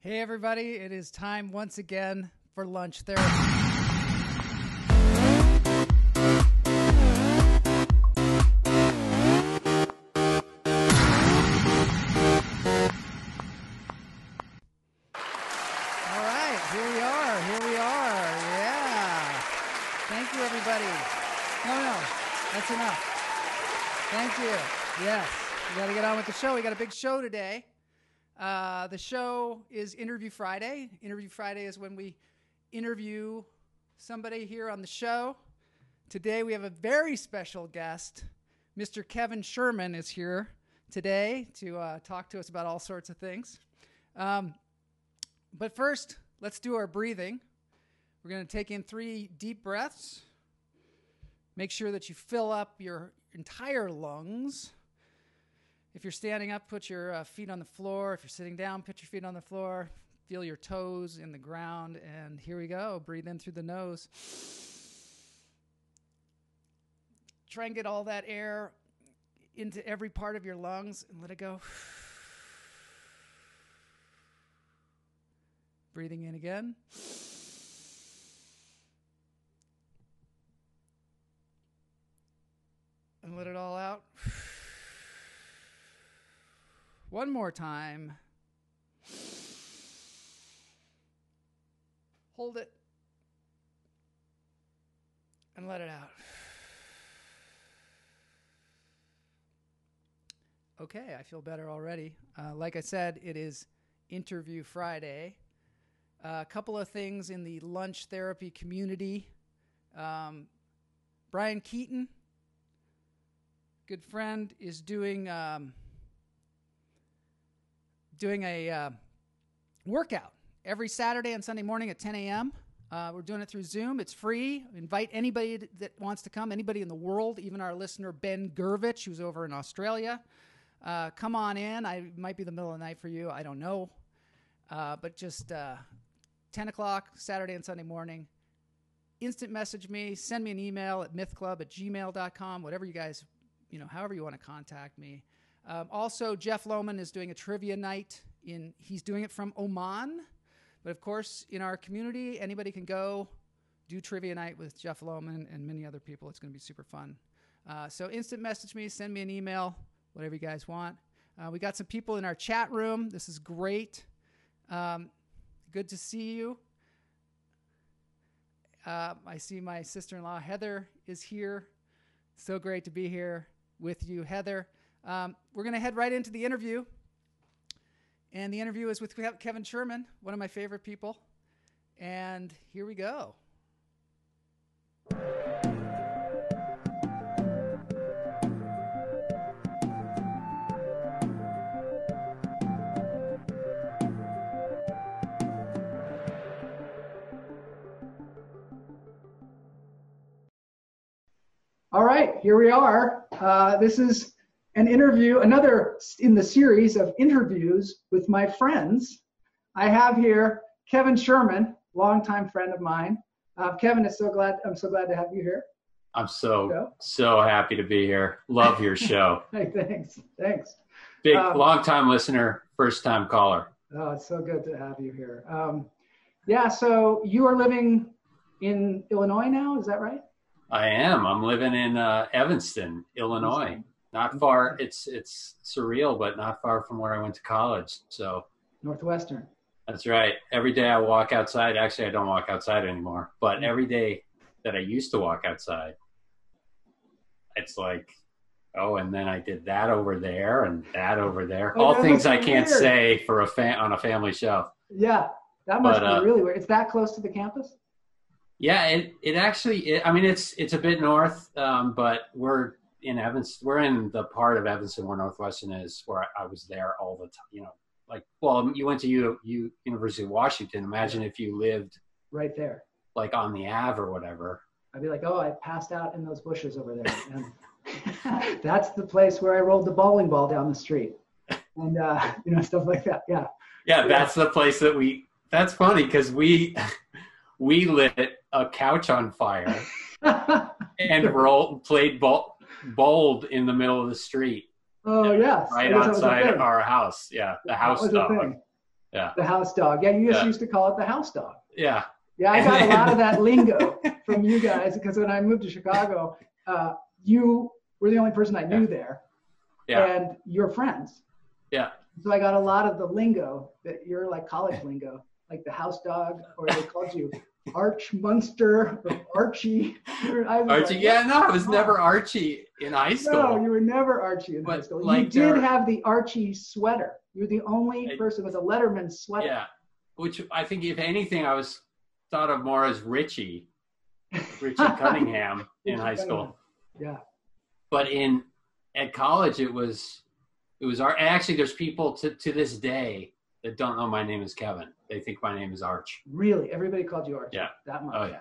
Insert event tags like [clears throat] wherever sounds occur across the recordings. Hey, everybody, it is time once again for lunch therapy. All right, here we are. Here we are. Yeah. Thank you, everybody. No, no, that's enough. Thank you. Yes, we got to get on with the show. We got a big show today. Uh, the show is Interview Friday. Interview Friday is when we interview somebody here on the show. Today we have a very special guest. Mr. Kevin Sherman is here today to uh, talk to us about all sorts of things. Um, but first, let's do our breathing. We're going to take in three deep breaths. Make sure that you fill up your entire lungs. If you're standing up, put your uh, feet on the floor. If you're sitting down, put your feet on the floor. Feel your toes in the ground. And here we go. Breathe in through the nose. Try and get all that air into every part of your lungs and let it go. Breathing in again. And let it all out. One more time. Hold it. And let it out. Okay, I feel better already. Uh, like I said, it is Interview Friday. Uh, a couple of things in the lunch therapy community. Um, Brian Keaton, good friend, is doing. Um, doing a uh, workout every Saturday and Sunday morning at 10 a.m. Uh, we're doing it through Zoom. It's free. Invite anybody th- that wants to come, anybody in the world, even our listener Ben Gervich, who's over in Australia. Uh, come on in. I it might be the middle of the night for you. I don't know, uh, but just uh, 10 o'clock Saturday and Sunday morning. Instant message me. Send me an email at mythclub at gmail.com. Whatever you guys, you know, however you want to contact me. Um, also, Jeff Lohman is doing a trivia night. In he's doing it from Oman, but of course, in our community, anybody can go do trivia night with Jeff Lohman and many other people. It's going to be super fun. Uh, so, instant message me, send me an email, whatever you guys want. Uh, we got some people in our chat room. This is great. Um, good to see you. Uh, I see my sister in law, Heather, is here. So great to be here with you, Heather. Um, we're going to head right into the interview. And the interview is with Kev- Kevin Sherman, one of my favorite people. And here we go. All right, here we are. Uh, this is an interview, another s- in the series of interviews with my friends. I have here Kevin Sherman, longtime friend of mine. Uh, Kevin is so glad. I'm so glad to have you here. I'm so So, so happy to be here. [laughs] Love your show. hey, thanks, thanks. Big Um, long time listener, first time caller. Oh, it's so good to have you here. Um, yeah, so you are living in Illinois now, is that right? I am. I'm living in uh, Evanston, Illinois. Mm-hmm. Not far. It's it's surreal, but not far from where I went to college. So Northwestern. that's right. Every day I walk outside. Actually, I don't walk outside anymore. Mm-hmm. But every day that I used to walk outside, it's like, oh, and then I did that over there and that over there. Oh, All that things must I be can't weird. say for a fa- on a family show. Yeah, that must But, uh, be really weird. It's that close to the campus? Yeah, it, it actually, it, I mean, it's it's a bit north, um, but we're in Evanston. We're in the part of Evanston where Northwestern is, where I, I was there all the time. You know, like, well, you went to U, U University of Washington. Imagine if you lived Right there. like on the Ave or whatever. I'd be like, oh, I passed out in those bushes over there. And [laughs] that's the place where I rolled the bowling ball down the street. And, uh, [laughs] you know, stuff like that. Yeah. [laughs] Yeah, that's the place that we. That's funny because we [laughs] we lit a couch on fire [laughs] and rolled played bol- bowled in the middle of the street oh, yes. I right guess that was a outside thing. our house. Yeah, the That house was a dog. thing. Yeah. The house dog. Yeah, you just Yeah. used to call it the house dog. Yeah. Yeah, I got a lot of that lingo [laughs] from you guys because when I moved to Chicago, uh, you were the only person I knew there, Yeah. and your friends. Yeah. So I got a lot of the lingo that you're like college lingo, like the house dog, or they called [laughs] you Arch Munster or Archie. You were- I was Archie. like, Yeah. No, it was never Archie in high No, school. you were never Archie in high But, school. like, you did there- have the Archie sweater. You're the only I- person with a Letterman sweater. Yeah. Which I think, if anything, I was thought of more as Richie, [laughs] Richie Cunningham in Richie high Cunningham. school. Yeah. But in at college, it was it was our actually. There's people to to this day that don't know my name is Kevin. They think my name is Arch Really, everybody called you Arch. Yeah. That much. Oh, yeah.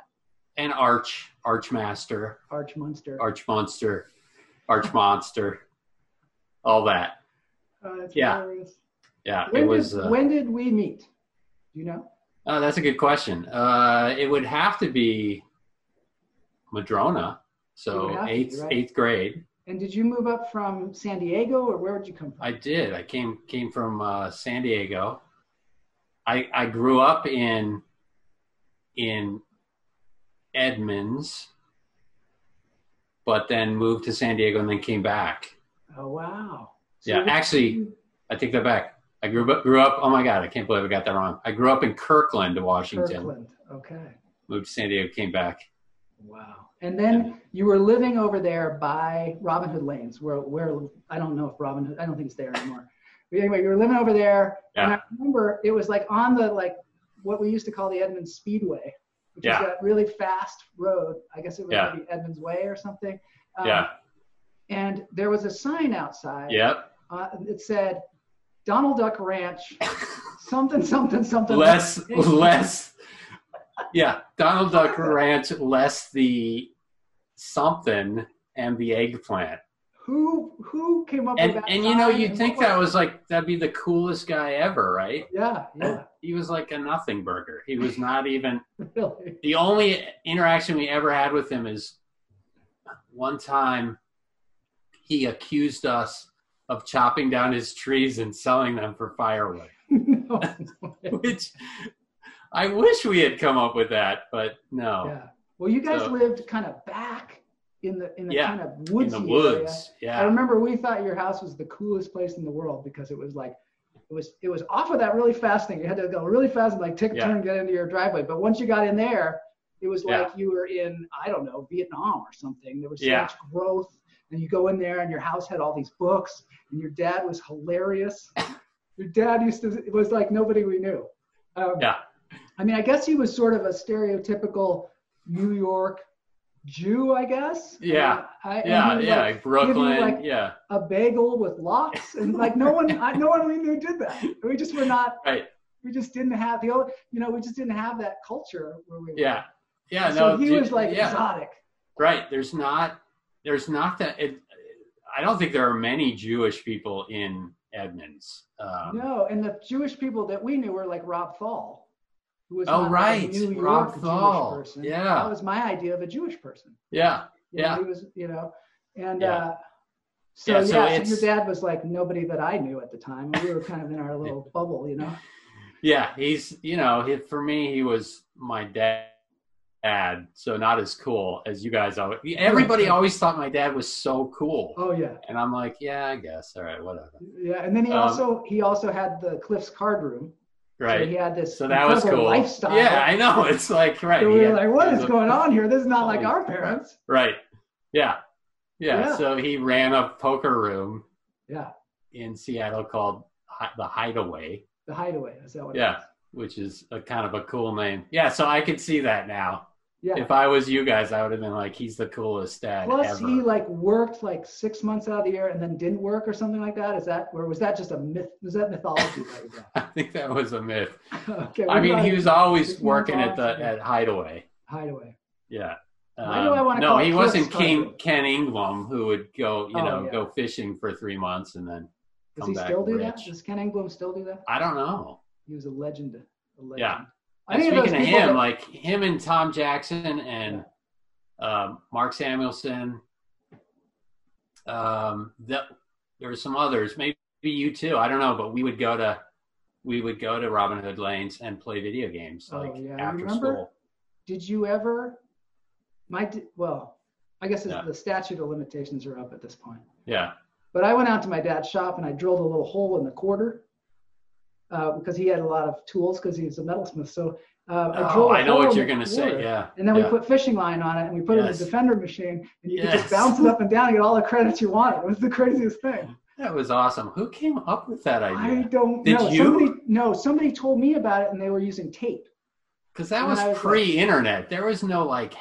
and Arch, Archmaster, Arch Munster. Arch Monster, Arch Monster, all that. Oh, that's Yeah. hilarious. Yeah, When it was. did, Uh, when did we meet? Do you know? oh, that's a good question. Uh, it would have to be Madrona, It would so have to be, eighth right. eighth grade. And did you move up from San Diego, or where did you come from? I did. I came came from uh, San Diego. I I grew up in in Edmonds, but then moved to San Diego and then came back. oh wow. Yeah, actually, I take that back. I grew up, grew up. Oh my God, I can't believe I got that wrong. I grew up in Kirkland, Washington. Kirkland. Okay. Moved to San Diego, came back. Wow. And then you were living over there by Robin Hood Lanes, where where I don't know if Robin Hood. I don't think it's there anymore. But anyway, you were living over there, and Yeah. I remember it was like on the like what we used to call the Edmonds Speedway, which Yeah. is that really fast road. I guess it was Yeah. maybe Edmonds Way or something. Uh, Yeah. And there was a sign outside. Yep. uh, it said Donald Duck [laughs] Ranch, something, something, something. [laughs] Less, less. Yeah, Donald Duck Ranch, less the something and the eggplant. Who who came up And with that? and you know sign you'd and think what that was like that'd be the coolest guy ever, right? Yeah, yeah, He was like a nothing burger. He was not even [laughs] really. the only interaction we ever had with him is one time he accused us of chopping down his trees and selling them for firewood [laughs] no. which i wish we had come up with that but no Yeah. Well, you guys So- lived kind of back in the in the Yeah, kind of woodsy in the area. woods I yeah remember we thought your house was the coolest place in the world because it was like it was it was off of that really fast thing. You had to go really fast and like take a Yeah. turn and get into your driveway. But once you got in there, it was Yeah. like you were in I don't know Vietnam or something. There was so Yeah. much growth, and you go in there and your house had all these books, and your dad was [laughs] hilarious. your dad used to it was like nobody we knew. Um, Yeah. I mean, I guess he was sort of a stereotypical New York Jew, I guess. I mean, Yeah. I, and yeah he, yeah like, brooklyn like- yeah a bagel with lox and like no one I, no one we knew did that we just were not Right. we just didn't have the old you know we just didn't have that culture where we were. yeah yeah so no he dude, was like yeah exotic right there's not there's not that it, i don't think there are many jewish people in edmonds um, no and the jewish people that we knew were like rob Thal, who was Oh, not, like, a right, new york Rob jewish Thal, person yeah. that was my idea of a jewish person yeah You know, Yeah. he was you know and Yeah. uh so Yeah, yeah, so so, your it's- dad was like nobody that I knew at the time. We were kind of in our little bubble, you know. Yeah, he's you know he, for me he was my dad, dad, so not as cool as you guys. Always, everybody always thought my dad was so cool, Oh yeah, and I'm like, yeah, I guess, all right, whatever, yeah. And then he Um, also he also had the Cliff's Card Room, So he right? had this So that was incredible cool. lifestyle. Yeah, I know. It's like right, So he we were had- like, what he is was a- going on here? This is not like Holy our crap. parents. Right. Yeah. yeah, Yeah. So he ran a poker room Yeah, in Seattle called Hi- the Hideaway, the hideaway. Is that what Yeah. it is? which is a kind of a cool name. Yeah, so I could see that now. Yeah. If I was you guys, I would have been like, he's the coolest dad Plus ever. he like worked like six months out of the year and then didn't work or something like that. Is that or was that just a myth? Was that mythology? that you got? [laughs] I think that was a myth. [laughs] [laughs] okay, I we mean, got he was always Just working at involved, the yeah. at Hideaway. hideaway. Yeah. Um, Why do I wanna no, call it he Cliff's wasn't Ken, Hideaway? Ken Ingblom, who would go, you Oh, know, yeah. go fishing for three months and then Does Come he back still do that? rich. Does Ken Engblom still do that? I don't know. He was a legend. A legend. Yeah. I And think speaking of those people him, that- like him and Tom Jackson and um, Mark Samuelson, um, that there were some others. Maybe you too. I don't know, but we would go to we would go to Robin Hood Lanes and play video games Oh, like yeah. You after remember? school. Did you ever? My d- well, I guess it's Yeah. the statute of limitations are up at this point. Yeah. But I went out to my dad's shop and I drilled a little hole in the quarter uh, because he had a lot of tools because he was a metalsmith. So uh, I Oh, drilled. a I know hole what in you're the going to say. quarter, Yeah. And then yeah. we put fishing line on it and we put Yes. it in the Defender machine and you could Yes. just bounce it up and down and get all the credits you wanted. It was the craziest thing. That was awesome. Who came up with that I idea? don't Did know. you? Somebody, no, somebody told me about it and they were using tape. Because that when was, I was, like- pre-internet. There was no like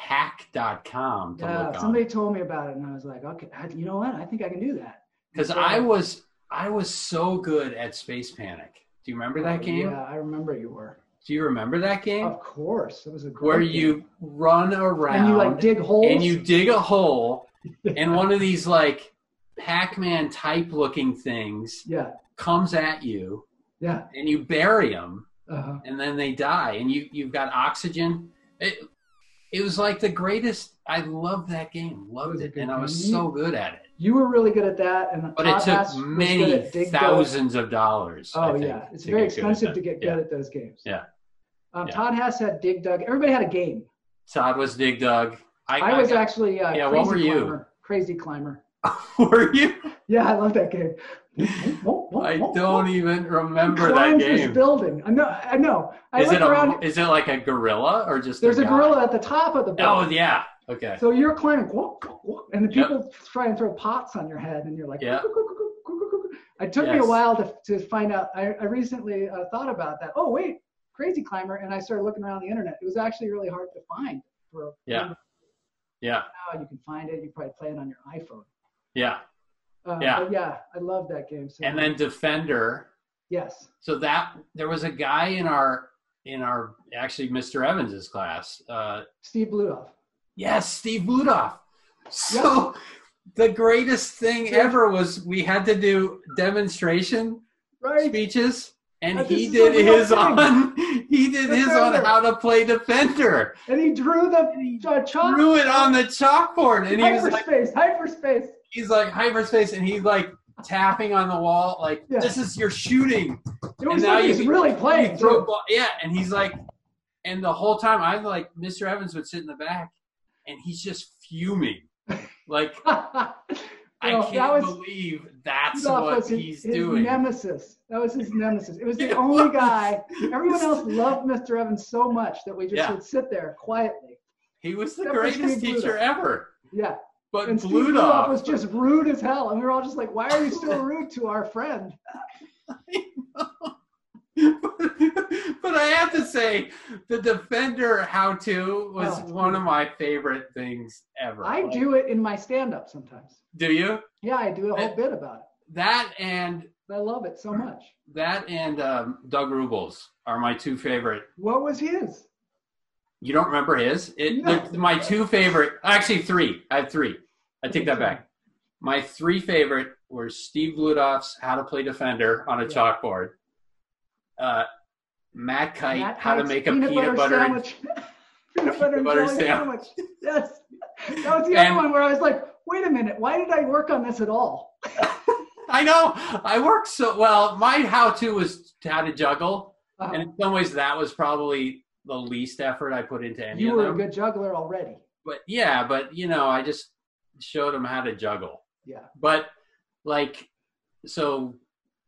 hack.com to Yeah, look on. Uh, somebody told me about it and I was like, okay, I- you know what? I think I can do that. because I was I was so good at Space Panic. Do you remember that game? Oh, Yeah, I remember you were. Do you remember that game Of course, it was a great where game. you run around and you like dig holes and you dig a hole [laughs] and one of these like Pac-Man type looking things yeah comes at you yeah and you bury them uh-huh. and then they die and you you've got oxygen. It it was like the greatest. I loved that game. Loved was a it, good and I was game. so good at it. you were really good at that and But it Todd Hass took was good many at dig thousands of dollars. dug. I oh think, yeah it's to very get good at expensive that. to get Yeah. good at those games Yeah. um, Yeah. Todd Hess had dig dug everybody had a game Todd was Dig Dug. I, I, was actually uh, Yeah, crazy what were you? climber crazy climber [laughs] were you? yeah I love that game I I don't even remember that climbs this game. building I know I know I Is it looked a, around is it like a gorilla or just there's a guy? gorilla at the top of the Oh building yeah. Okay. so you're climbing and the Yep. people try and throw pots on your head and you're like Yeah. It took me a Yes. while to, to find out. I, I recently uh, thought about that. Oh, wait, Crazy Climber. And I started looking around the internet. It was actually really hard to find. For Yeah. Yeah. Now you can find it. You probably play it on your iPhone. Yeah. Uh, Yeah. but yeah, I love that game. So And then Defender. yes. So that there was a guy in our in our actually Mr. Evans's class. Uh, Steve Blutoff. yes, Steve Ludoff. So the greatest thing Yeah. ever was we had to do demonstration Right. speeches and But this he is a did real his thing. on [laughs] he did his on Defender. how to play defender And he drew the uh, chalk. threw it on the chalkboard and he was like hyperspace. hyperspace. he's like hyperspace and he's like tapping on the wall like Yeah. this is your shooting It was now like you he's can- really He playing. threw a too. ball- yeah and he's like and the whole time i'm like mr evans would sit in the back and he's just fuming like [laughs] i Well, can't that was- believe that's Rudolph what was his, he's his doing nemesis. That was his nemesis. It was [laughs] the It only was. guy. Everyone [laughs] else loved Mr. Evans so much that we just Yeah. would sit there quietly. he was the Except for greatest Steve teacher Rudolph. ever Yeah. but and Steve Rudolph was just rude as hell. And we were all just like, why are you [laughs] so rude to our friend? [laughs] but I have to say, the defender how to was Oh, one of my favorite things ever. I Like, do it in my stand up sometimes. Do you? Yeah, I do a whole I- bit about it. That and I love it so much. that and um, Doug Rubles are my two favorite. What was his? You don't remember his? It, No. they're My two favorite, actually three. I have three. I take that back. My three favorite were Steve Ludoff's "How to Play Defender" on a Yeah. chalkboard. Uh, Matt Kite, Matt "How to Hite's Make a Peanut, Butter and sandwich. [laughs] peanut butter and butter jelly sandwich. sandwich. [laughs] Yes. That was the And- other one where I was like, wait a minute, why did I work on this at all? I know. I worked so well. My how to was how to juggle, Um, and in some ways, that was probably the least effort I put into any you of were them. a good juggler already. but yeah, but you know, I just showed them how to juggle. Yeah. But like, so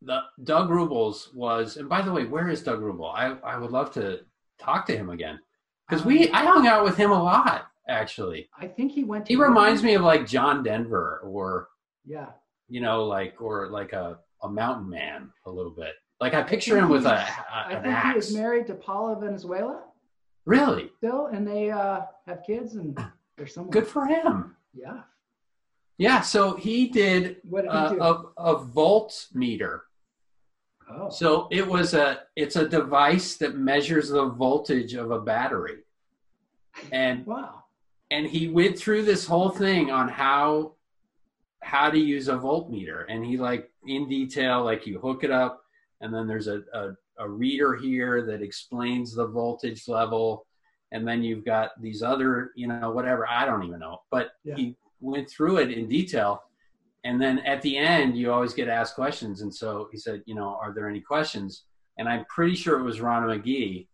the Doug Rubles was, and by the way, where is Doug Ruble? I I would love to talk to him again because we Um, I hung out with him a lot actually. I think he went. To He reminds me of like John Denver or Yeah. you know, like or like a, a mountain man a little bit. Like I picture him with a, a I an think he axe. was married to Paula Venezuela Really still, and they uh, have kids and they're somewhere. good for him. yeah. Yeah. So he did What did uh, he do? a a volt meter. oh. So it was a it's a device that measures the voltage of a battery. And wow. [laughs] and he went through this whole thing on how how to use a voltmeter and he like in detail like you hook it up and then there's a, a, a reader here that explains the voltage level and then you've got these other you know whatever i don't even know but Yeah. he went through it in detail and then at the end you always get asked questions and so he said you know are there any questions and I'm pretty sure it was Ron McGee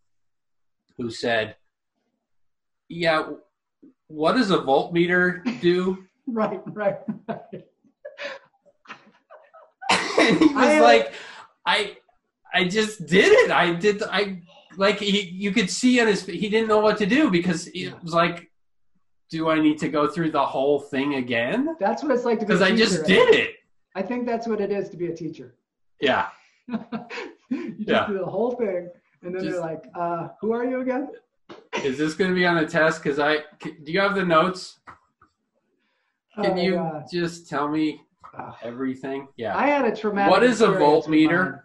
who said, "Yeah, what does a voltmeter [laughs] do?" [laughs] Right, right, right. and he was I- uh, like, "I, I just did it. I did. I like he, you could see on his. He didn't know what to do because it was like, do I need to go through the whole thing again? That's what it's like to be. a Because I teacher, just right? did it. I think that's what it is to be a teacher. [laughs] Yeah, you just Yeah. do the whole thing, and then they're Just- like, uh, "Who are you again?" is this going to be on a test? Because I c- do you have the notes? Can Oh, you God. just tell me Ugh. everything? Yeah, I had a traumatic. What is a experience with voltmeter? mine.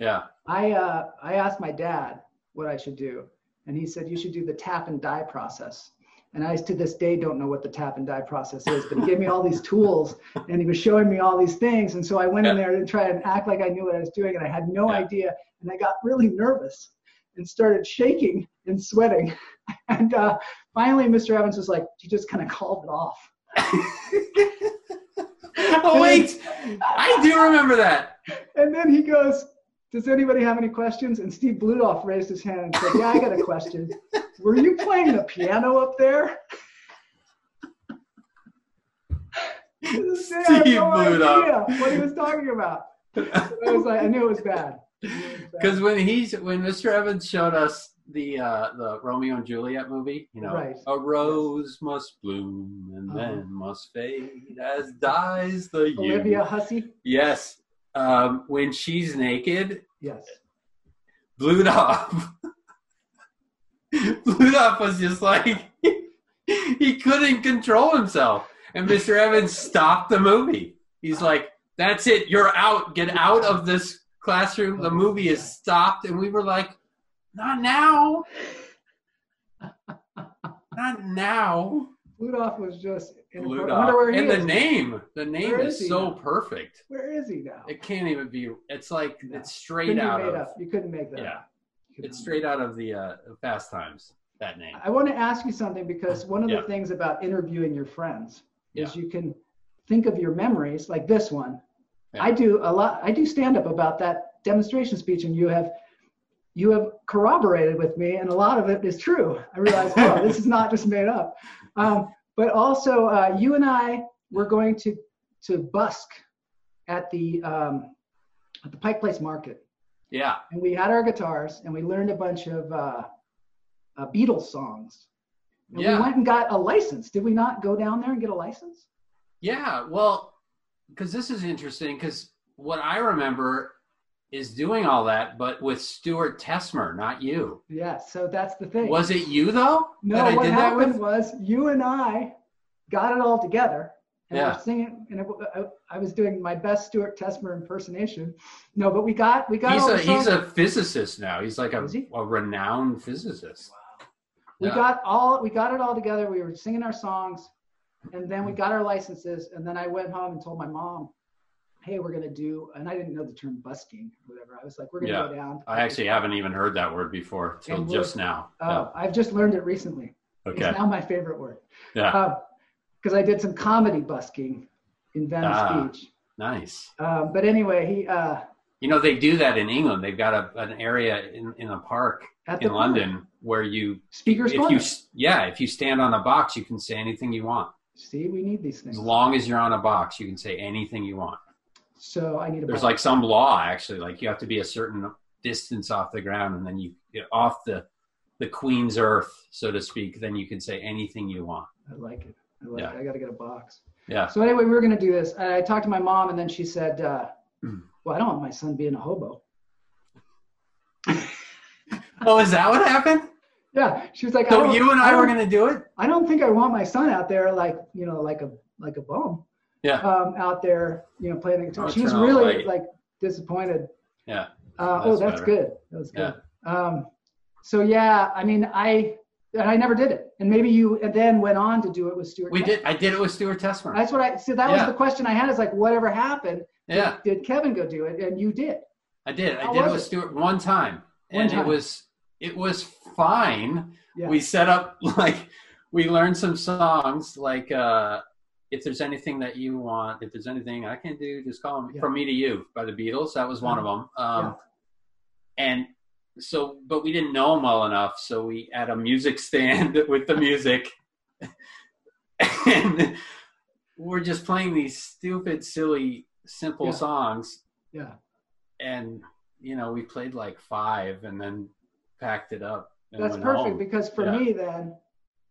yeah. I uh, I asked my dad what I should do, and he said you should do the tap and die process. And I to this day don't know what the tap and die process is, but he gave me all these tools, and he was showing me all these things, and so I went in there and tried and act like I knew what I was doing, and I had no Yeah. idea, and I got really nervous and started shaking and sweating, [laughs] and uh, finally Mr. Evans was like, "You just kind of called it off." [laughs] oh wait, [laughs] I do remember that. And then he goes, Does anybody have any questions? And Steve Blutoff raised his hand and said, Yeah, I got a question. Were you playing the piano up there? To this day, I have Steve Blutoff. idea what he was talking about. I was like, I knew it was bad. Because when he's when Mr. Evans showed us the uh, the Romeo and Juliet movie, you know, Right. a rose must bloom and Uh-huh. then must fade as dies the yew. Olivia Hussey? Yes, um, when she's naked, Yes. [laughs] Blutoff. Blutoff was just like [laughs] he couldn't control himself, and Mr. Evans stopped the movie. He's like, "That's it, you're out. Get out of this classroom. The movie is stopped." And we were like, "Not now, [laughs] not now." Blutoff was just in I wonder where Blutoff, he and the is. name, the name Where is, is he so now? perfect. Where is he now? It can't even be. It's like it's Couldn't straight be out made of up. You couldn't make that yeah. up. You couldn't It's straight out of the uh, Fast Times. That name. I want to ask you something because one of Yeah. the things about interviewing your friends is Yeah. you can think of your memories like this one. Yeah. I do a lot. I do stand up about that demonstration speech, and you have you have corroborated with me, and a lot of it is true. I realize, oh, this is not just made up. Um, but also, uh, you and I were going to to busk at the um, at the Pike Place Market Yeah. and we had our guitars and we learned a bunch of uh, uh, Beatles songs. And Yeah. we went and got a license. Did we not go down there and get a license? Yeah. Well, because this is interesting. Because what I remember is doing all that, but with Stuart Tesmer, not you. Yeah, so that's the thing. Was it you though no, that I what did that happened with? was you and I got it all together. And Yeah. we're singing, and it, I, I was doing my best Stuart Tesmer impersonation. No, but we got we got He's all a the songs. he's a physicist now. He's like a, Is he? a renowned physicist. we Yeah. got all we got it all together. We were singing our songs, and then we got our licenses. And then I went home and told my mom, "Hey, we're gonna do." And I didn't know the term busking or whatever. I was like, "We're gonna Yeah. go down." I actually haven't even heard that word before till And we're- just now. Oh, I've just learned it recently. yeah. It's Okay. now my favorite word. Yeah. Because I did some comedy busking in Venice Ah. Beach. Nice. Um, but anyway, he uh, You know they do that in England. They've got a, an area in, in a park at the in London where you speakers if you s- yeah if you stand on a box you can say anything you want See, we need these things. as long as you're on a box you can say anything you want So I need a there's button. like some law actually like you have to be a certain distance off the ground and then you get off the the queen's earth so to speak then you can say anything you want I like it. I like Yeah. it. I got to get a box. Yeah. So anyway, we were going to do this. And I talked to my mom, and then she said, [clears throat] uh, "Well, I don't want my son being a hobo." oh is that what happened Yeah, she was like, so don't- you and i were don't- gonna do it I don't think I want my son out there like you know like a like a bum. Yeah. Um, out there, you know, playing the guitar. Oh, she was turn on the really light. like disappointed. Yeah, Uh, that's oh, that's better. good. That was good. Um, so yeah, I mean, I and I never did it, and maybe you and then went on to do it with Stuart. we Kemp. did i did it with stuart tesmer That's what I see. That Yeah. was the question I had. Is like, whatever happened? Did- yeah Did, Kevin go do it? And you did. i did i How did it was with it? stuart one time One and it time. was it was fine Yeah. we set up [laughs] like we learned some songs like uh if there's anything that you want if there's anything i can do just call me Yeah. Uh-huh. from me to you by the beatles that was one of them um Yeah. and so but we didn't know him well enough so we had a music stand [laughs] with the music and we're just playing these stupid silly simple Yeah. songs Yeah. and you know we played like five and then packed it up and That's went perfect home. because for Yeah. me then,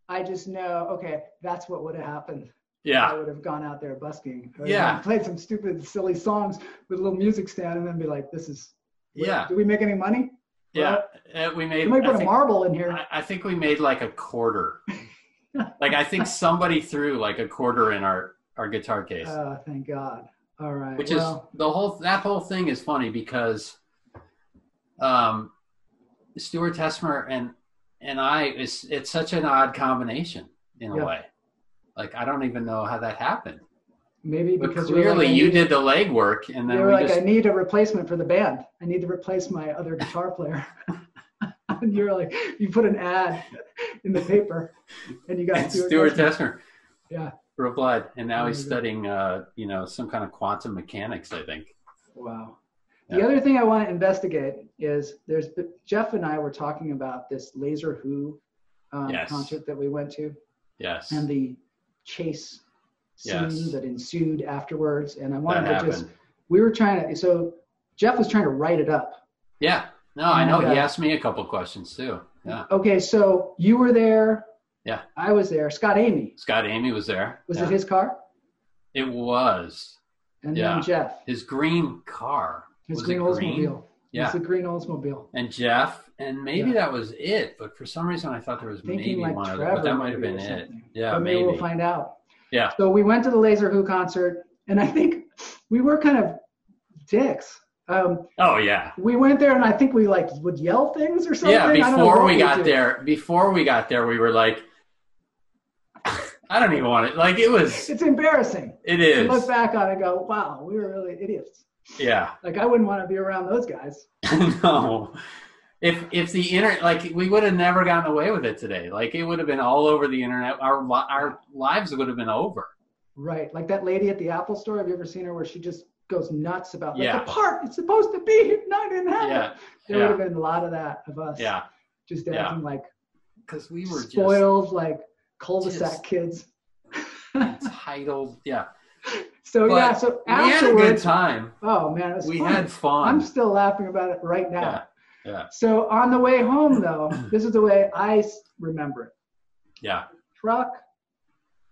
I just know okay, that's what would have happened. I yeah would have gone out there busking. I would Yeah. have played some stupid, silly songs with a little music stand, and then be like, "This is." yeah Do we make any money? yeah Uh, we made You might I put a think- marble in here. I, I think we made like a [laughs] quarter. like I think somebody threw like a quarter in our our guitar case, Oh, thank God. All right. which well, is the whole that whole thing is funny because um Stuart Tesmer and and I is it's such an odd combination in a Yeah. way. Like I don't even know how that happened. maybe But because we were clearly like, I you need- did the legwork and They then were we like, just "I need a replacement for the band. I need to replace my other [laughs] guitar player." [laughs] and you were like, "You put an ad in the paper, and you got and Stuart [laughs] Stuart Gessner. Tesmer. Yeah. Replied. And now Oh he's my God. studying uh, you know, some kind of quantum mechanics, I think. Wow. The Yeah. other thing I want to investigate is there's Jeff and I were talking about this Laser Who um, Yes. concert that we went to Yes. and the chase scene Yes. that ensued afterwards. And I that wanted to happened. just we were trying to so Jeff was trying to write it up. Yeah. No, I know. He Okay. asked me a couple questions too. Yeah. Okay, so you were there. Yeah. I was there. Scott Amy Scott Amy was there. was Yeah. it his car? It was And Yeah. then Jeff. his green car. His Was it green Oldsmobile. Yeah. It's a green Oldsmobile. and Jeff. And maybe Yeah. that was it. But for some reason, I thought there was Thinking maybe like one Trevor other. But that might have maybe been or it. something. Yeah, But maybe, maybe. we'll find out. Yeah. So we went to the Laser Who concert, and I think we were kind of dicks. Um, Oh, yeah. we went there, and I think we like would yell things or something. Yeah. I don't know Before what we got did. there, before we got there, we were like, [laughs] I don't even want it. Like it was, it's embarrassing. it To look is. back on it, and go, wow, we were really idiots. Yeah. [laughs] Like I wouldn't want to be around those guys. no. If if the internet like we would have never gotten away with it today. Like it would have been all over the internet. Our li- our lives would have been over. Right, like that lady at the Apple store. Have you ever seen her where she just goes nuts about like, Yeah. the part it's supposed to be [laughs] here, not in heaven? Yeah. There yeah. would have been a lot of that of us. Yeah. just Yeah. acting like Cuz we were spoiled, like cul-de-sac just- kids. just [laughs] entitled. Yeah. So But yeah, so We had a good afterwards, time. oh man, it was We fun. had fun. I'm still laughing about it right now. yeah. Yeah. So on the way home though, [clears throat] this is the way I s- remember it. Yeah. Truck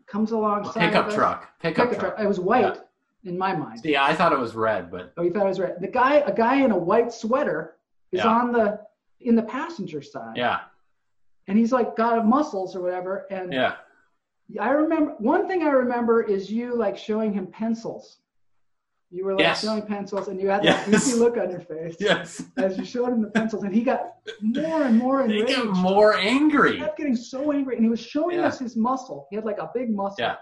comes alongside. of Pickup us. truck. Pickup, Pickup truck. truck. It was white in my mind. Yeah, I thought it was red, but Oh, you thought it was right. The guy, a guy in a white sweater, is Yeah. on the in the passenger side, yeah. and he's like got muscles or whatever, and [laughs] Yeah. I remember one thing I remember is you like showing him pencils. You were like Yes. showing pencils, and you had that Yes. goofy look on your [laughs] face Yes. as you showed him the pencils, and he got more and more They enraged. get more He angry. kept getting so angry, and he was showing Yeah. us his muscle. He had like a big muscle. Yeah.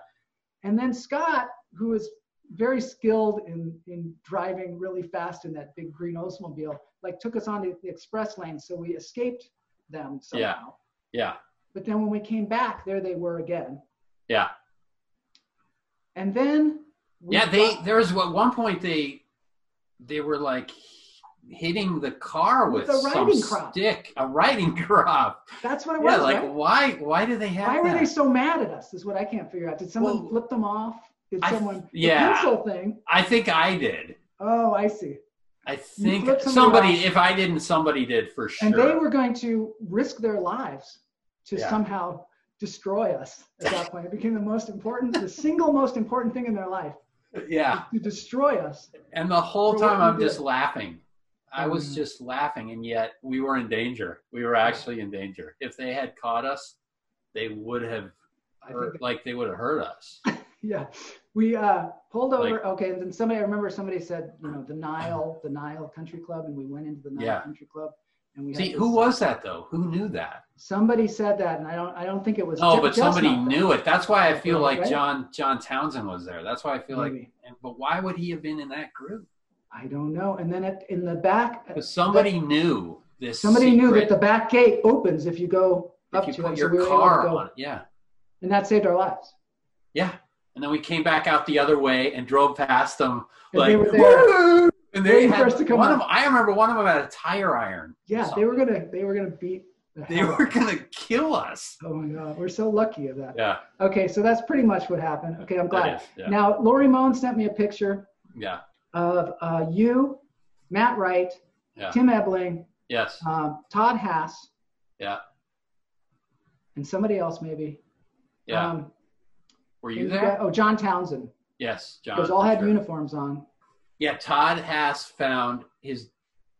And then Scott, who is very skilled in in driving really fast in that big green Oldsmobile, like took us on the, the express lane, so we escaped them somehow. Yeah. Yeah. But then when we came back, there they were again. Yeah. And then. we Yeah, they got- there was at one point they they were like hitting the car with, With a some riding crop. stick, a riding [laughs] crop. That's what it Yeah, was, like right? why why do they have Why were that? they so mad at us? Is what I can't figure out. Did someone Well, flip them off? Did I- someone yeah. the pencil thing? I think I did. Oh, I see. I think flipped somebody somebody off. if I didn't somebody did for sure. And they were going to risk their lives to Yeah. somehow destroy us at that point. It became the most important, the single most important thing in their life yeah. to destroy us. And the whole For what time we I'm did. just laughing. I was Mhm. just laughing and yet we were in danger. We were actually in danger. If they had caught us, they would have I hurt- think like they would have hurt us. Yeah, we uh, pulled Like- over. okay, and then somebody I remember somebody said, you know, the Nile, the Nile Country Club, and we went into the Nile Yeah. Country Club, and we. had See, this- who was that though? Who knew that? Somebody said that, and I don't, I don't think it was. No, Jeff Oh, but somebody Chestnut, knew it. That's why I feel like Right? John John Townsend was there. That's why I feel like. maybe. and- But why would he have been in that group? I don't know. And then at, in the back, Because somebody knew this. somebody knew that the secret. back gate opens if you go up if you to put it. your so we were able to car go, on, it. yeah, and that saved our lives. yeah. And then we came back out the other way and drove past them And like, they were there. "Woo!" And they waiting for had us to come one up. of I remember one of them had a tire iron. or yeah, they something. were gonna they were gonna beat. The [laughs] They hell were gonna kill us. Oh my God, we're so lucky of that. Yeah. Okay, so that's pretty much what happened. Okay, I'm glad. that is, Yeah. Now, Lori Moan sent me a picture yeah. of uh, you, Matt Wright, Yeah. Tim Ebling, Yes. um, Todd Haas, Yeah. and somebody else maybe. Yeah. Um, were you who's there? that? Oh, John Townsend. Yes, John. Because all for had sure. uniforms on. Yeah, Todd Haas found his.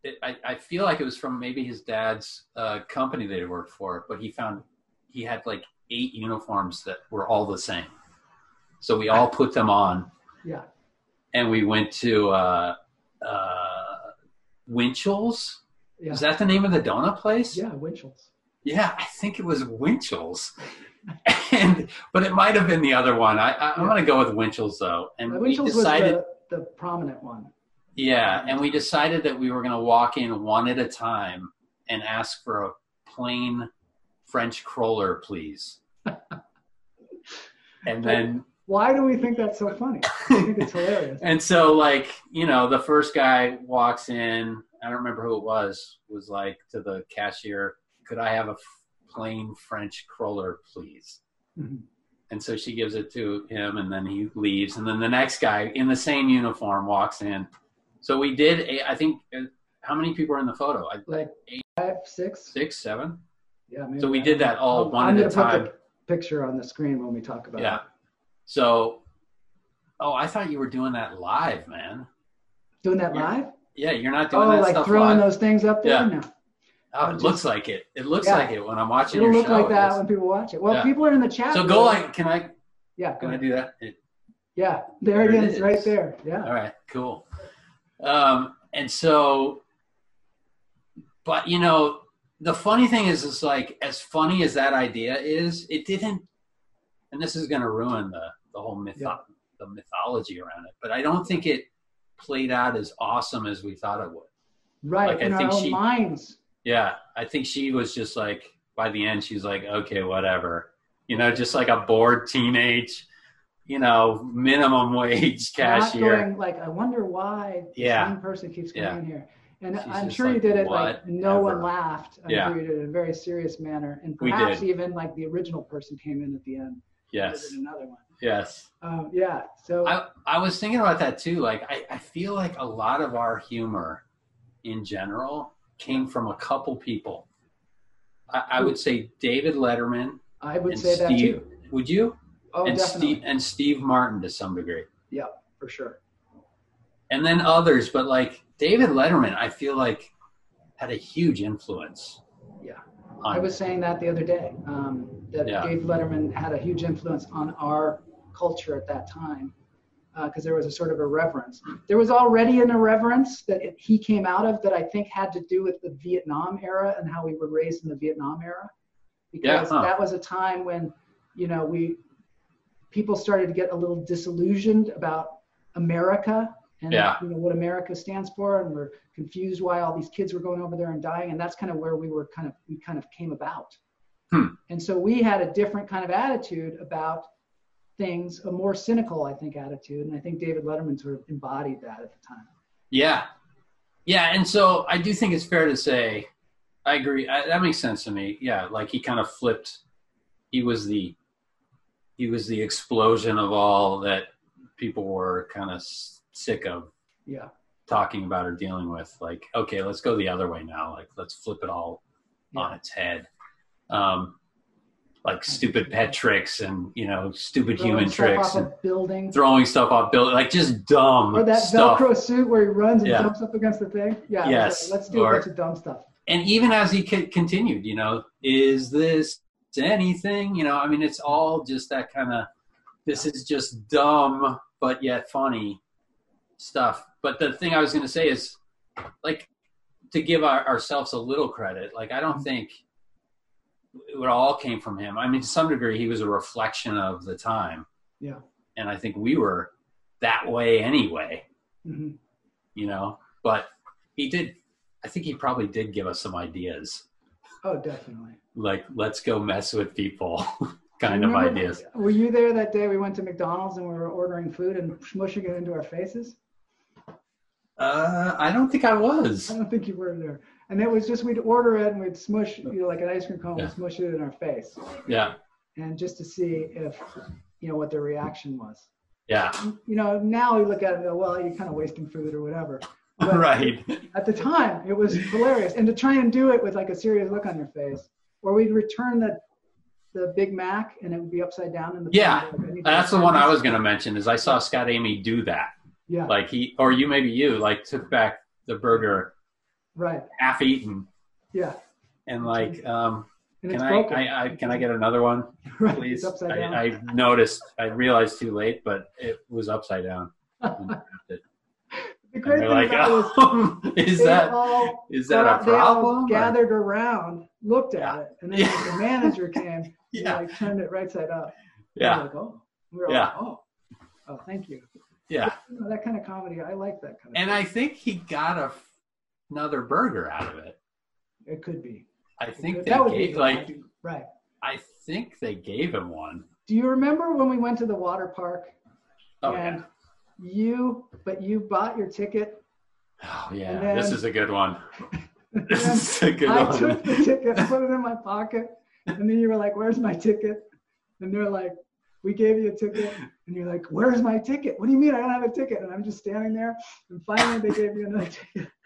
It, I, I feel like it was from maybe his dad's uh, company that he worked for, but he found he had like eight uniforms that were all the same. So we all put them on, Yeah. and we went to uh, uh, Winchell's. Yeah. Is that the name of the donut place? yeah, Winchell's. Yeah, I think it was Winchell's, [laughs] and but it might have been the other one. I, I, I'm going to go with Winchell's though, and Uh, we Winchell's decided. was the, the prominent one. Yeah, and we decided that we were going to walk in one at a time and ask for a plain French crawler, please. and then, Why do we think that's so funny? I think it's [laughs] hilarious. and so, like, you know, the first guy walks in, I don't remember who it was, was like to the cashier, could I have a f- plain French crawler, please? Mhm. And so she gives it to him, and then he leaves. And then the next guy in the same uniform walks in. So we did. A, I think uh, how many people are in the photo? I, Like five, six. six, seven. Yeah, maybe So we did that all I'm- one I'm at gonna a put time. the Picture on the screen when we talk about yeah. it. So, oh, I thought you were doing that live, man. Doing that Yeah. live? Yeah, you're not doing Oh, that like stuff throwing live. those things up there? Yeah. No. oh, it just- looks like it. It looks Yeah. like it when I'm watching It'll your look show. like that It's- when people watch it. Well, Yeah. people are in the chat. so room. go like, can I? Yeah, go Can I ahead. do that? It- Yeah, there it There it is, right is. there. Yeah. All right, cool. Um, and so, but you know, the funny thing is, is like as funny as that idea is, it didn't. And this is going to ruin the the whole myth, Yeah. the mythology around it. But I don't think it played out as awesome as we thought it would. Right. Like, I in our think own she- minds. Yeah, I think she was just like by the end, she's like, okay, whatever. You know, just like a bored teenage, you know, minimum [laughs] wage cashier. Not going like, I wonder why the Yeah. same person keeps coming Yeah. in here. And She's I'm just sure you like, did it like no one whatever. laughed. I'm Yeah. sure you did it in a very serious manner. And We perhaps did. even like the original person came in at the end. and yes, did Another one. yes. Um, yeah. So I, I was thinking about that too. Like, I, I feel like a lot of our humor in general came from a couple people. I, I would say David Letterman. I would and say that Steve- too. Would you? Oh, and definitely. Steve and Steve Martin to some degree. for sure. And then others, but like David Letterman, I feel like had a huge influence. Yeah. On, I was saying that the other day, um, that Yeah. Dave Letterman had a huge influence on our culture at that time because there was a sort of a reverence. There was already an irreverence that it, he came out of that I think had to do with the Vietnam era and how we were raised in the Vietnam era. Because huh. that was a time when, you know, we people started to get a little disillusioned about America and Yeah. you know, what America stands for, and we're confused why all these kids were going over there and dying, and that's kind of where we were kind of we kind of came about. Hmm. And so we had a different kind of attitude about things, a more cynical, I think, attitude, and I think David Letterman sort of embodied that at the time. Yeah. Yeah. And so I do think it's fair to say, I agree. I, that makes sense to me. Yeah. Like he kind of flipped. He was the, he was the explosion of all that people were kind of sick of Yeah, talking about or dealing with. Like, okay, let's go the other way now. Like, let's flip it all on its head. Um, like stupid pet tricks and you know stupid Throwing human stuff tricks off and a building, throwing stuff off building like just dumb or that stuff. Velcro suit where he runs and Yeah. jumps up against the thing. Yeah, that's Yes, right. let's do a or- bunch of dumb stuff. and even as he co- continued, you know, is this anything? You know, I mean, it's all just that kind of this is just dumb but yet funny stuff. But the thing I was going to say is, like, to give our, ourselves a little credit, like, I don't think it all came from him. I mean, to some degree, he was a reflection of the time. Yeah. And I think we were that way anyway hmm you know. But he did. I think he probably did give us some ideas, Oh, definitely. like let's go mess with people, [laughs] kind You of remember- ideas. Were you there that day we went to McDonald's and we were ordering food and smushing it into our faces? Uh, I don't think I was. I don't think you were there. And it was just we'd order it and we'd smush, you know, like an ice cream cone, we'd Yeah. smush it in our face, Yeah, and just to see if, you know, what their reaction was. yeah, [laughs] You know, now we look at it and go, well, you're kind of wasting food or [laughs] whatever. But right. At the time, it was hilarious, and to try and do it with like a serious look on your face, or we'd return the, the Big Mac and it would be upside down in the. Yeah, Like, That's the one I was going to mention. Is I saw Scott Amy do that. Yeah, Like he, or you, maybe you, like took back the burger right. half eaten Yeah, and like, um, and can it's I, broken. I, I, can I get another one, [laughs] right. please? It's upside down. I, I noticed. I realized too late, but it was upside down. and the great they're thing like, about it was oh, [laughs] is they that all is that a they all problem? Or- gathered around, looked at Yeah. it, and then Yeah. the manager [laughs] came, and Yeah, like turned it right side up. We were yeah, Like, oh, we were Yeah. like, oh, oh, thank you. yeah. You know, that kind of comedy, I like that kind of. And I think he got a, f- another burger out of it. it could be. I It think could- they that would be gave the like logic- right. I think they gave him one. Do you remember when we went to the water park Oh and you, but you bought your [laughs] ticket. [laughs] yeah, oh yeah. and then- this is a good one. [laughs] then This is a good I one. took the ticket, put it in my pocket, and then you were like, "Where's my ticket?" And they're like, "We gave you a ticket," and you're like, "Where's my ticket? What do you mean I don't have a ticket?" And I'm just standing there, and finally they gave you another [laughs] ticket. [laughs]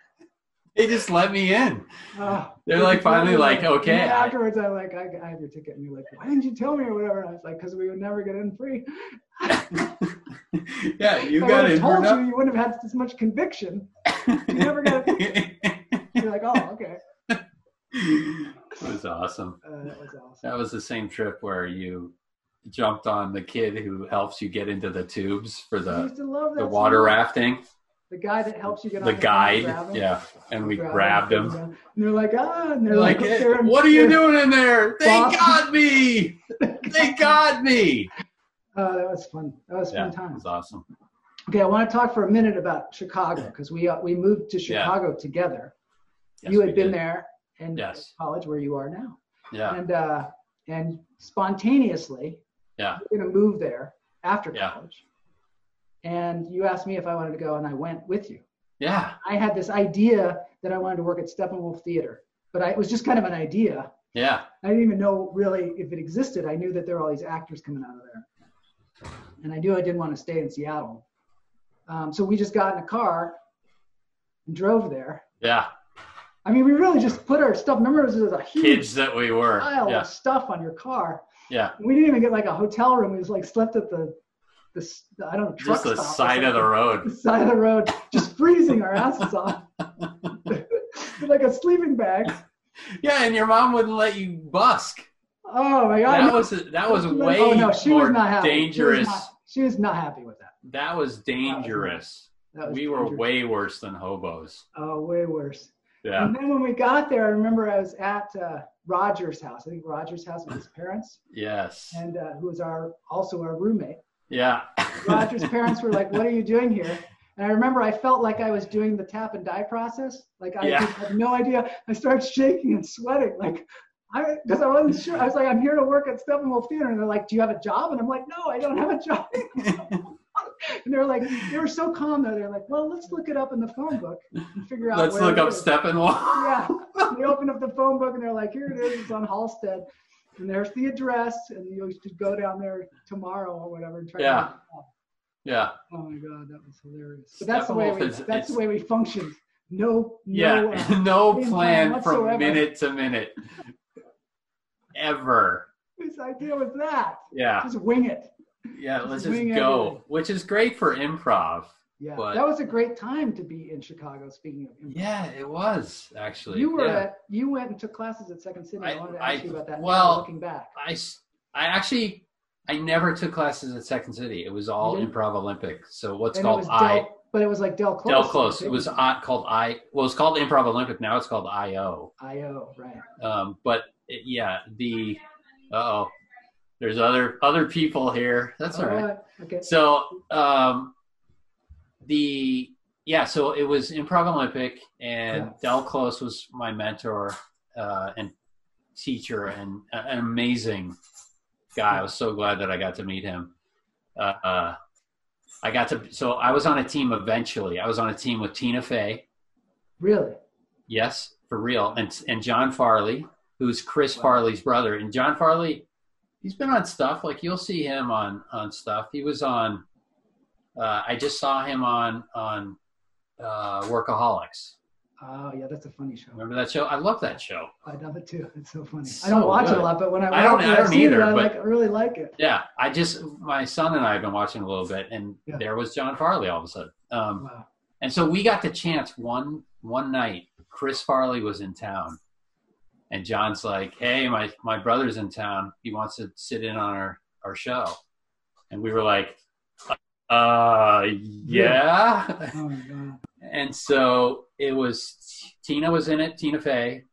They just let me in. [laughs] Oh, They're like, finally, like, And then okay, I- Afterwards, I'm like, I, "I have your ticket," and you're like, "Why didn't you tell me?" or whatever. And I was like, "Cause we would never get in free." yeah, If you Oh, I got would've it. told you, you wouldn't have had this much conviction. You never got. [laughs] You're like, "Oh, okay." it was awesome. Uh, that was awesome. That was the same trip where you jumped on the kid who helps you get into the tubes for I the used to love that. the water song. rafting. The guy that helps you get on The boat, grab guide, him. yeah, and we Grab grabbed him. him. And they're like, ah, and they're Like, like, "Hey, they're- what are you they're- doing in there? They Boss. [laughs] got me. They got me. Oh, that was fun. That was Yeah, fun it time. was awesome. Okay, I want to talk for a minute about Chicago because we uh, we moved to Yeah. Chicago together. Yes, you we had been did. there in Yes. college where you are now, Yeah, and uh, and spontaneously, Yeah. we're gonna move there after Yeah. college. And you asked me if I wanted to go, and I went with you. yeah. I had this idea that I wanted to work at Steppenwolf Theater, but I, it was just kind of an idea. Yeah, I didn't even know really if it existed. I knew that there were all these actors coming out of there. And I knew I didn't want to stay in Seattle. Um, so we just got in a car and drove there. yeah. I mean, we really just put our stuff. Remember, it was a huge Kids that we were. pile Yeah, of stuff on your car. yeah. We didn't even get like a hotel room. We just like slept at the, the s- I don't know, truck Just the stop or side of the something. road. The side of the road, just freezing our asses off. [laughs] With, like a sleeping bag. Yeah, and your mom wouldn't let you busk. Oh my God. That was that was way oh, no, she more was not happy. She was dangerous. not, she was not happy with that. That was dangerous. That was we were dangerous. way worse than hobos. oh, way worse. Yeah, And then when we got there, I remember I was at uh, Roger's house. I think Roger's house with his parents, yes. and uh, who was our also our roommate. Yeah. Roger's parents were like, "What are you doing here?" And I remember I felt like I was doing the tap and die process. Like I Yeah. just had no idea. I started shaking and sweating, like I because I wasn't sure. I was like, "I'm here to work at Steppenwolf Theater," and they're like, "Do you have a job?" And I'm like, "No, I don't have a job." [laughs] And they were like, they were so calm though. They're like, "Well, let's look it up in the phone book and figure out." Let's where look it up is." Steppenwolf. yeah. They open up the phone book and they're like, here it is, it's on Halstead. And there's the address, and you should go down there tomorrow or whatever and try to- Yeah. [laughs] Yeah. Oh my god, that was hilarious. But that's the way Steppenwolf we is- that's the it's- way we functioned. No, no [laughs] Yeah. uh, No game plan plan whatsoever. from minute to minute. Ever. this idea was that. Yeah. Just wing it. Yeah. Let's just Swing everything. go, which is great for improv. Yeah. But- that was a great time to be in Chicago, speaking of improv. Yeah, it was actually. You were Yeah. at you went and took classes at Second City. I, I- wanted to I- ask you about that now, well, looking back. I, s- I actually I never took classes at Second City. It was all You didn't? improv Olympic. So what's And it called was I Del, but it was like Del Close. Del Close. It right? was I, called I. Well, it's called improv Olympic now. It's called IO. IO, right. Um, but it, yeah, the oh, there's other other people here. That's all Oh, right. Okay. So um, the yeah, so it was improv Olympic, and Yeah. Del Close was my mentor uh, and teacher, and a- an amazing guy. I was so glad that I got to meet him. Uh, uh, I got to, so I was on a team eventually. I was on a team with Tina Fey. Really? Yes, for real. And, and John Farley, who's Chris Farley's brother. And John Farley, he's been on stuff. Like you'll see him on, on stuff. He was on, uh, I just saw him on, on uh, Workaholics. Oh, yeah, that's a funny show. Remember that show? I love that show. I love it too. [laughs] It's so funny. It's I don't so watch it good. a lot, but when I watch I don't- it, I I've don't seen either, it. I but- like, I really like [laughs] it. Yeah, I just my son and I have been watching a little bit, and Yeah. there was John Farley all of a sudden. Um, Wow. and so we got the chance one one night. Chris Farley was in town, and John's like, "Hey, my my brother's in town. He wants to sit in on our our show," and we were like, "Uh, yeah." Oh my god. And so it was Tina was in it, Tina Fey,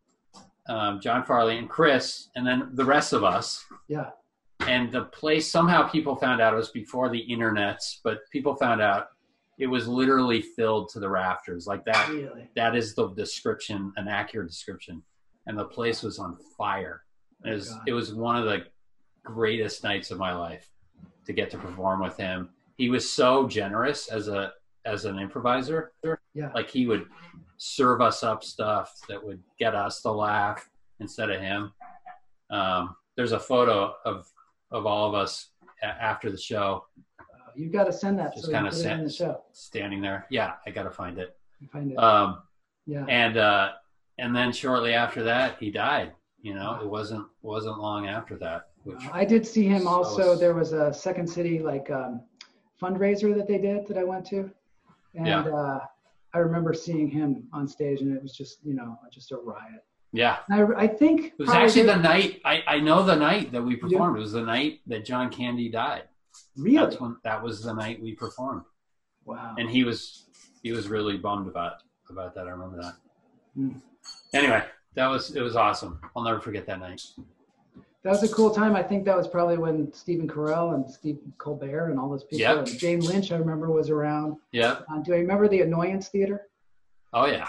um, John Farley, and Chris, and then the rest of us Yeah. and the place somehow people found out it was before the internets but people found out it was literally filled to the rafters like that Really. that is the description an accurate description and the place was on fire it Oh, was, God. it was one of the greatest nights of my life to get to perform with him he was so generous as a as an improviser Yeah. like he would serve us up stuff that would get us to laugh instead of him. Um, there's a photo of of all of us a- after the show Wow. You've got to send that Just so we can kinda put it in send- the show. standing there. Yeah, I gotta find it. You find it. Um, yeah. and uh, and then shortly after that, he died. You know, it wasn't wasn't long after that. Which I did see him So also. s- There was a Second City like um, fundraiser that they did that I went to, and Yeah. uh, I remember seeing him on stage, and it was just you know just a riot. yeah, And I, I think it was probably actually the did- night I I know the night that we performed. It was the night that John Candy died. really That's when that was the night we performed. wow. and he was he was really bummed about about that. I remember that. Hmm. Anyway, that was it was awesome. I'll never forget that night. That was a cool time. I think that was probably when Stephen Carell and Steve Colbert and all those people. Yep. And Jane Lynch, I remember, was around. Yeah. Uh, do I remember the Annoyance Theater? Oh yeah.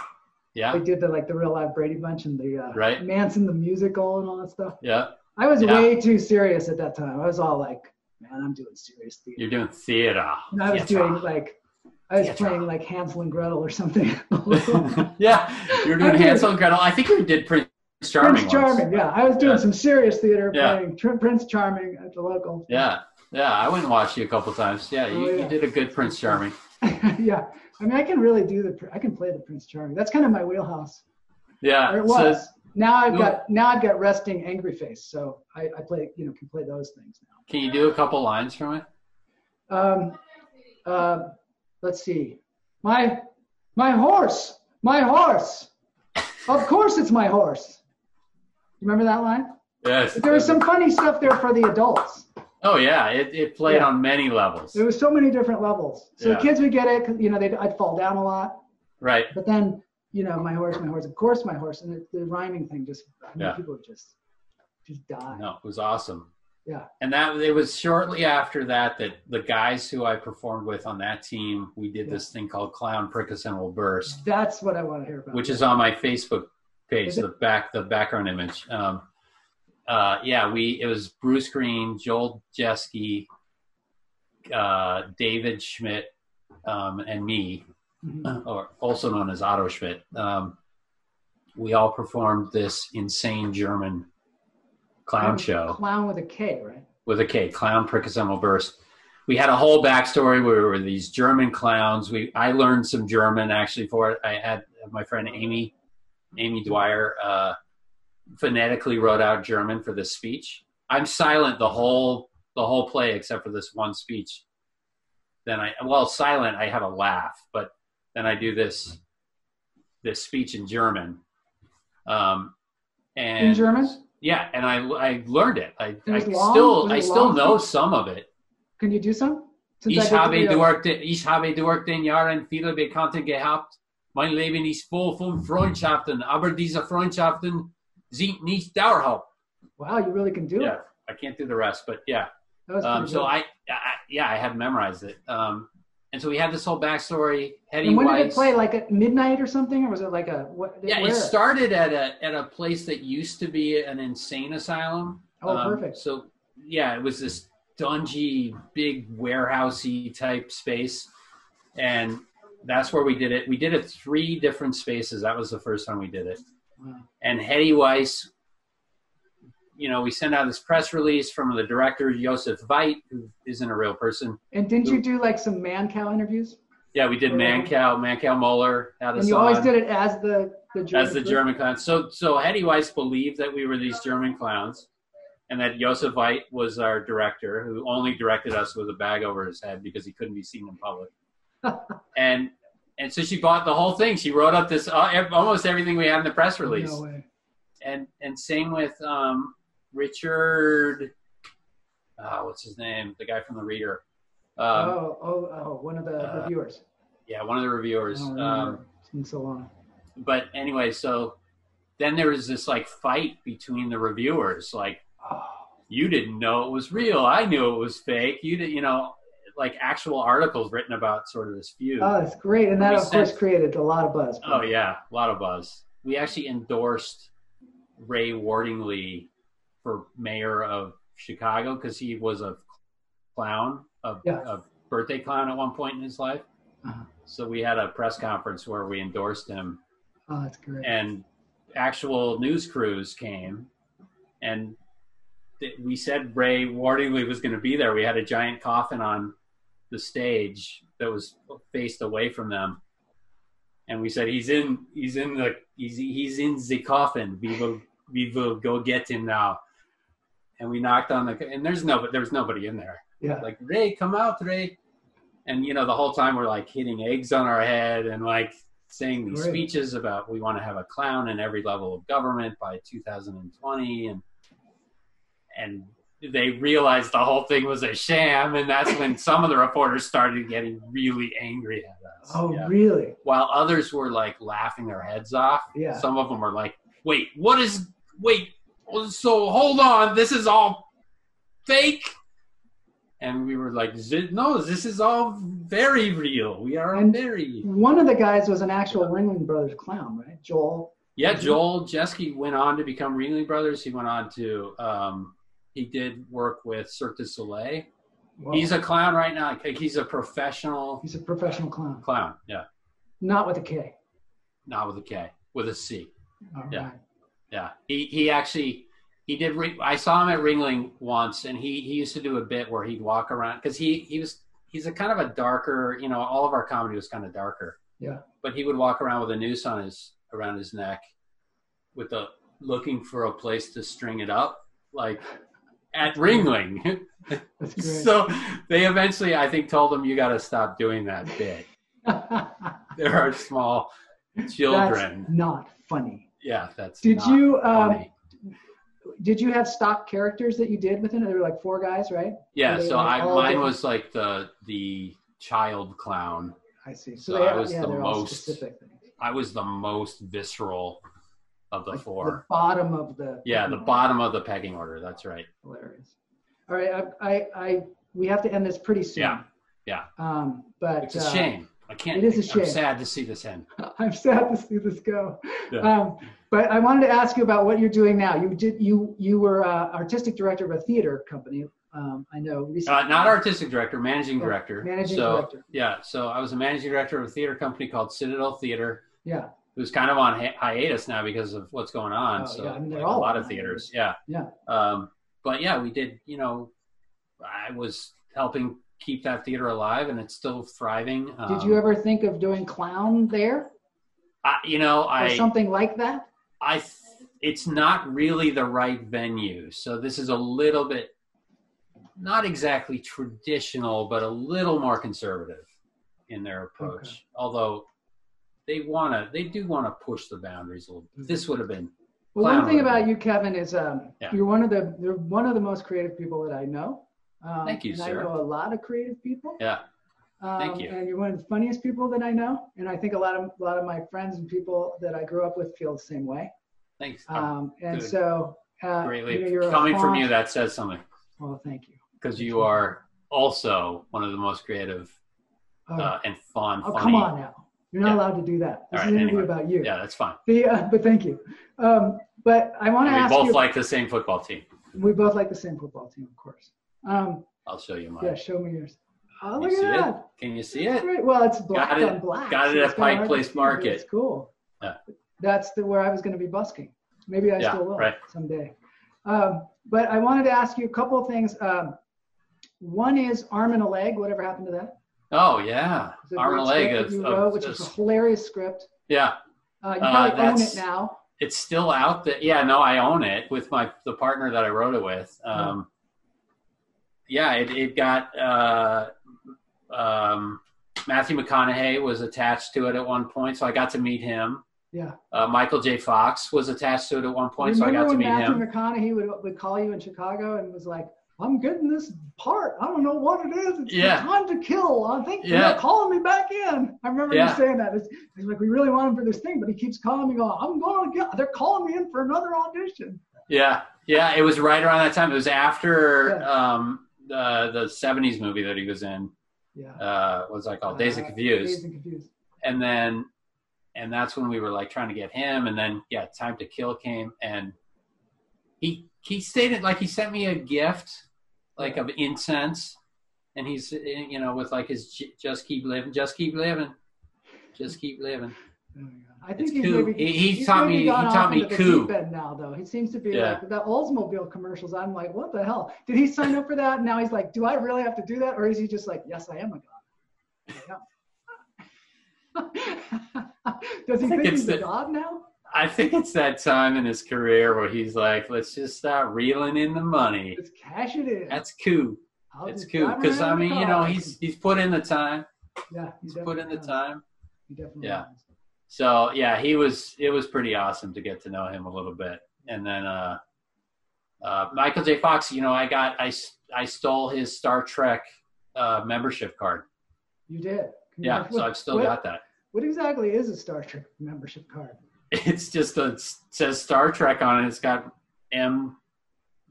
They Yeah. did the like the real live Brady Bunch and the uh, Right. Manson the musical and all that stuff. Yeah. I was Yeah. way too serious at that time. I was all like, man, I'm doing serious theater. You're doing theater. And I was Theater. doing like, I was Theater. playing like Hansel and Gretel or something. [laughs] yeah. You're doing I did. Hansel and Gretel. I think we did Prince Charming. Prince once. Charming, yeah. I was doing Yeah. some serious theater Yeah. playing Tr- Prince Charming at the local. Yeah. Yeah. I went and watched you a couple times. Yeah. You, Oh, yeah. you did a good Prince Charming. [laughs] yeah. I mean, I can really do the, I can play the Prince Charming. That's kind of my wheelhouse. Yeah. Or it so- was. now I've No. got, now I've got resting angry face. So I, I play, you know, can play those things now. can you do a couple lines from it? um, uh, let's see, my my horse, my horse. Of course, it's my horse. Remember that line? Yes. But there was some funny stuff there for the adults. Oh yeah. It, it played Yeah. on many levels. There was so many different levels. So Yeah. kids would get it, 'cause, you know, they I'd fall down a lot. Right. But then, you know, my horse, my horse. Of course, my horse. And the, the rhyming thing just, I mean, Yeah. people would just just die. No, it was awesome. Yeah. And that it was shortly after that that the guys who I performed with on that team, we did Yeah. this thing called Clown Prickerson Will Burst, That's what I want to hear about. which is on my Facebook page, Is it- the back the background image. Um, uh, yeah, we it was Bruce Green, Joel Jeske, uh, David Schmidt, um, and me Mhm. or also known as Otto Schmidt, um, we all performed this insane German Oh, clown show Clown with a K, right? with a K, Clown Percussional Burst. We had a whole backstory where we were these German clowns. We I learned some German actually for it. I had my friend Amy, Amy Dwyer, uh, phonetically wrote out German for this speech. I'm silent the whole the whole play except for this one speech. Then I well silent. I have a laugh, but then I do this this speech in German. Um, and In German? yeah, and I I learned it. I, I was long? Was still it I still long? know some of it. Can you do some? Since I Ich did habe video- durch den, ich habe durch den Jahren viele Bekannte gehabt. Mein Leben ist voll von Freundschaften, aber diese Freundschaften sind nicht dauerhaft. Wow, you really can do it. Yeah, I can't do the rest, but yeah. That was Um, pretty so good. I, I yeah I had memorized it. Um, and so we had this whole backstory. Hetty and when did it Weiss. play? Like at midnight or something, or was it like a what? yeah, where? it started at a at a place that used to be an insane asylum. Oh, perfect. So Um, yeah, it was this dungy, big warehousey type space, and that's where we did it. We did it three different spaces. That was the first time we did it. Wow. And Hetty Weiss, you know, we sent out this press release from the director Joseph Veit, who isn't a real person. And didn't you do like some man cow interviews? Yeah, we did Right. Mancow, Mancow Muller. had Oh, And us you always on. did it as the the German. as the German clowns. So so Hetty Weiss believed that we were these German clowns, and that Josef Veit was our director, who only directed us with a bag over his head because he couldn't be seen [laughs] in public. and and so she bought the whole thing. She wrote up this uh, ev- almost everything we had in the press release. No way. And and same with um, Richard. Uh, what's his name? The guy from the Reader. Um, oh, oh, oh, one of the uh, reviewers. Yeah, one of the Oh, I reviewers. don't Um, remember. It's been so long. but anyway, so then there was this like fight between the reviewers. Like Oh, you didn't know it was real. I knew it was fake. You did, you know, like actual articles written about sort of this feud. oh, that's great. And that, We of course, sent- created a lot of buzz. oh yeah, a lot of buzz. We actually endorsed Ray Wardingley for mayor of Chicago because he was a clown, a, Yeah. a birthday clown at one point in his life. Uh-huh. So we had a press conference where we endorsed him Oh, that's great. and actual news crews came and th- we said ray wardingley was going to be there we had a giant coffin on the stage that was faced away from them and we said he's in he's in the he's, he's in the coffin we will we will go get him now and we knocked on the and there's no there was nobody in there yeah. like Ray, come out, Ray. And you know, the whole time we're like hitting eggs on our head and like saying these Right. speeches about we want to have a clown in every level of government by 2020, and and they realized the whole thing was a sham, and that's [laughs] when some of the reporters started getting really angry at us. Oh, Yeah. really? While others were like laughing their heads off, Yeah. some of them were like, "Wait, what is? Wait, so hold on, this is all fake." And we were like, "Z- "No, this is all very real. We are And- very." One of the guys was an actual Ringling Brothers clown, right? Joel. Yeah, Joel Jeske went on to become Ringling Brothers. He went on to um, he did work with Cirque du Soleil. Whoa. He's a clown right now. Like, he's a professional He's a professional clown, clown. Yeah, not with a K. not with a K, with a C. All Yeah. right. Yeah, he he actually he did. Ring- I saw him at Ringling once, and he he used to do a bit where he'd walk around because he he was he's a kind of a darker. You know, all of our comedy was kind of darker. Yeah. But he would walk around with a noose on his around his neck, with the looking for a place to string it up, like at Ringling. [laughs] That's great. so they eventually, I think, told him you got to stop doing that bit. [laughs] There are small children. That's not funny. yeah, that's. Did not you, um, funny. Did you have stock characters that you did within it? There were like four guys, right? Yeah, They so were I all mine different. was like the the child clown. I see. So I was the they're all most specific things. I was the most visceral of the Like four. bottom of the. Yeah, the bottom of the pecking order. That's right. Hilarious. All right, I, I, I, we have to end this pretty soon. Yeah, yeah. Um, but It's a uh, shame. I can't. it is a I'm shame. sad to see this end. [laughs] I'm sad to see this go. Yeah. Um, but I wanted to ask you about what you're doing now. You did you you were uh, artistic director of a theater company. Um, I know recently. Uh, not artistic director, managing Yeah, director. managing so, director. Yeah, so I was a managing director of a theater company called Citadel Theater. Yeah, who's kind of on hi- hiatus now because of what's going on. Oh, so yeah, I mean, they're like, all a lot on of theaters. Yeah. Yeah. Um, but yeah, we did, you know, I was helping keep that theater alive and it's still thriving. Um, did you ever think of doing clown there I, you know, or I, something like that? I, th- it's not really the right venue. So this is a little bit, not exactly traditional, but a little more conservative in their approach. Okay. Although they want to, they do want to push the boundaries a little. This would have been Well, one Clown thing would be- about you, Kevin, is um, Yeah. you're one of the you're one of the most creative people that I know. Um, Thank you, and I sir. know a lot of creative people. Yeah. Um, Thank you. And you're one of the funniest people that I know, and I think a lot of a lot of my friends and people that I grew up with feel the same way. Thanks. I'm Um, and Oh, good. so, uh, greatly you know, you're a coming from font- you. That says something Well, thank you. because you are also one of the most creative Oh, uh, and fun. oh, funny. come on now. You're not Yeah. allowed to do that. This All is an right, interview anyway. about you. Yeah, that's fine. The, uh, but thank you. Um, but I want to We ask both you. like the same football team. we both like the same football team, of course. Um, I'll show you mine. Yeah, show me yours. Oh, Can you look see at it? that. Can you see That's it? great. Well, it's black Got it- on black. got it so at it's kinda Pike hard to Place see, but Market. It's cool. Yeah. That's the, where I was going to be busking. Maybe I Yeah, still will right. someday. Um, but I wanted to ask you a couple of things. Um, one is arm and a leg. Whatever happened to that? Oh yeah, It's a arm and great leg script of, that you of wrote, which is a just- hilarious script. yeah. Uh, you Uh, probably own it that's- now. It's still out. That yeah, no, I own it with my the partner that I wrote it with. Um, yeah, it it got uh, um, Matthew McConaughey was attached to it at one point, so I got to meet him. Yeah. Uh, Michael J. Fox was attached to it at one point, so I Remember got when to meet Matthew him. McConaughey would, would call you in Chicago and was like, "I'm getting this part. I don't know what it is. It's Yeah. the time to kill. I think they're Yeah. calling me back in." I remember Yeah. you saying that. It's, it's like we really want him for this thing, but he keeps calling me, going, "I'm going to get. They're calling me in for another audition." Yeah, yeah, it was right around that time. It was after um, the the '70s movie that he was in. Yeah. Uh, what was I called? Days and Uh, Confused. Days and Confused. and then and that's when we were like trying to get him and then yeah time to kill came and he he stated like he sent me a gift like of incense and he's you know with like his j- just keep living just keep living just keep living Oh my God. I think It's he's coup. maybe He- he taught maybe me- he gone off taught me into coup. The deep end now though, he seems to be Yeah. like the Oldsmobile commercials. I'm like, what the hell? Did he sign up for that? And now he's like, do I really have to do that, or is he just like, yes, I am a god? [laughs] I am. Does he think think it's he's a the- god now? i think it's that time in his career where he's like let's just start reeling in the money Just cash it in. that's cool I'll it's just cool drive because i around in mean the you know car. he's he's put in the time yeah, he he's put in definitely the has. time He definitely Yeah. has. so yeah he was it was pretty awesome to get to know him a little bit and then uh uh michael j fox you know i got i s- I stole his star trek uh membership card You did. yeah Congrats. so i've still what, got that [laughs] What exactly is a Star Trek membership card? it's just a it says star trek on it it's got m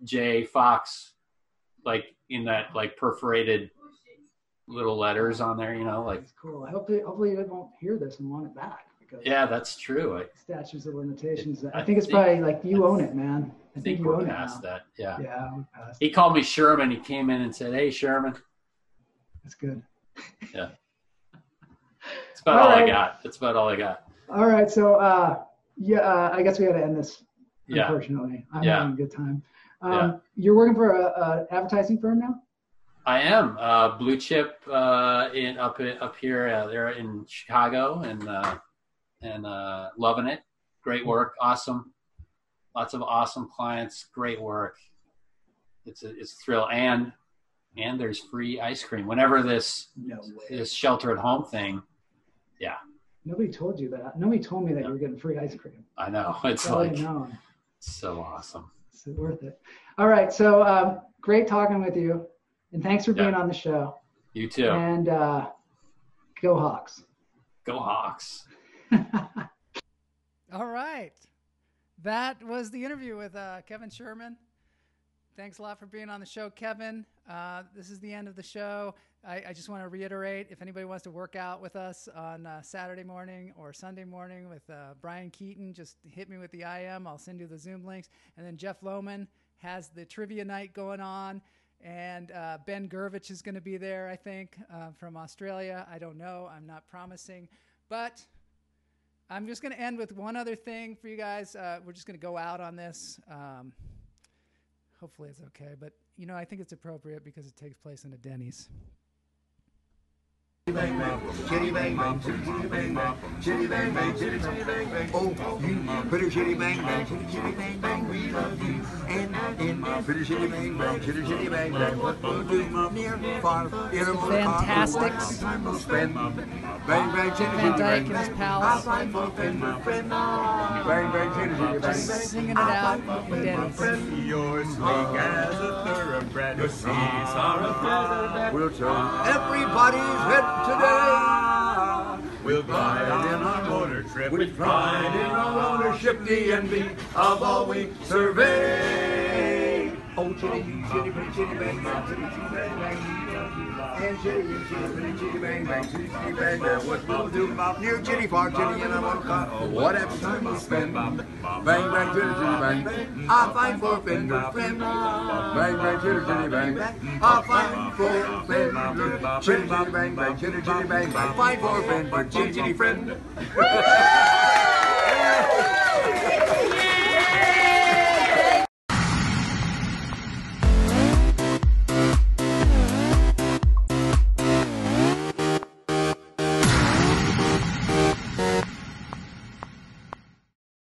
j fox like in that like perforated little letters on there you know like That's cool. Hopefully, hopefully you won't hear this and want it back because yeah that's true i, statutes of limitations. I I think it's think- probably like you own it, man. I think you we're own it past now. that yeah. Yeah, we're past. it. he called me sherman he came in and said hey sherman That's good. That's about All all, right. I got. That's about all I got. All right, so uh, yeah, uh, I guess we got to end this. Yeah. Unfortunately, I'm Yeah. having a good time. Um, Yeah. You're working for a, a advertising firm now. I am uh, blue chip uh, in up up here. Uh, they're in Chicago and uh, and uh, loving it. Great work. Awesome. Lots of awesome clients. Great work. It's a, it's a thrill and and there's free ice cream whenever this No way. this shelter at home thing. Nobody told you that. Nobody told me that Yeah. you were getting free ice cream. I know [laughs] it's So I like didn't know. so awesome. It's worth it. All right, so um, great talking with you, and thanks for Yeah. being on the show. You too. And uh, go Hawks. Go Hawks. [laughs] All right. That was the interview with uh, Kevin Sherman. Thanks a lot for being on the show, Kevin. Uh, this is the end of the show. I, I just want to reiterate if anybody wants to work out with us on uh, Saturday morning or Sunday morning with uh, Brian Keaton, just hit me with the IM. I'll send you the Zoom links. And then Jeff Lohman has the trivia night going on. And uh, Ben Gervich is going to be there, I think, uh, from Australia. I don't know. I'm not promising. But I'm just going to end with one other thing for you guys. Uh, we're just going to go out on this. Um, hopefully, it's okay. But, you know, I think it's appropriate because it takes place in a Denny's. bang bang, chitty bang bang, chitty chitty bang bang, chitty bang bang, chitty chitty bang bang. Oh, you pretty chitty bang bang, chitty chitty bang bang, we love you. And in my pretty chitty bang bang, chitty chitty bang bang, what we'll do near far in a motor car. Fantastics. Time we'll spend. Bang bang, chitty Van chitty bang Dyke and his bang. pals I'll find my friend, my friend. Bang bang, chitty chitty bang bang. singing it out in Denny's. You're sleek as a thoroughbred. Your seas are a feather We'll turn everybody's head today. We'll glide in our motor trip with pride in our ownership, the envy of all we survey. Oh, chitty, chitty, pretty, chitty, bang, bang, chitty, chitty, bang, bang. And chitty, chitty, pretty, chitty, bang, bang, chitty, chitty, bang, bang. What we'll do about near chitty, far chitty, and I won't call. What a time we'll spend. Bang bang chitty chitty bang. I fight for fingerprint. Bang bang chitty chitty bang. I fight for fingerprint. Chitty chitty bang bang chitty chitty bang bang. Fight for fingerprint chitty chitty friend.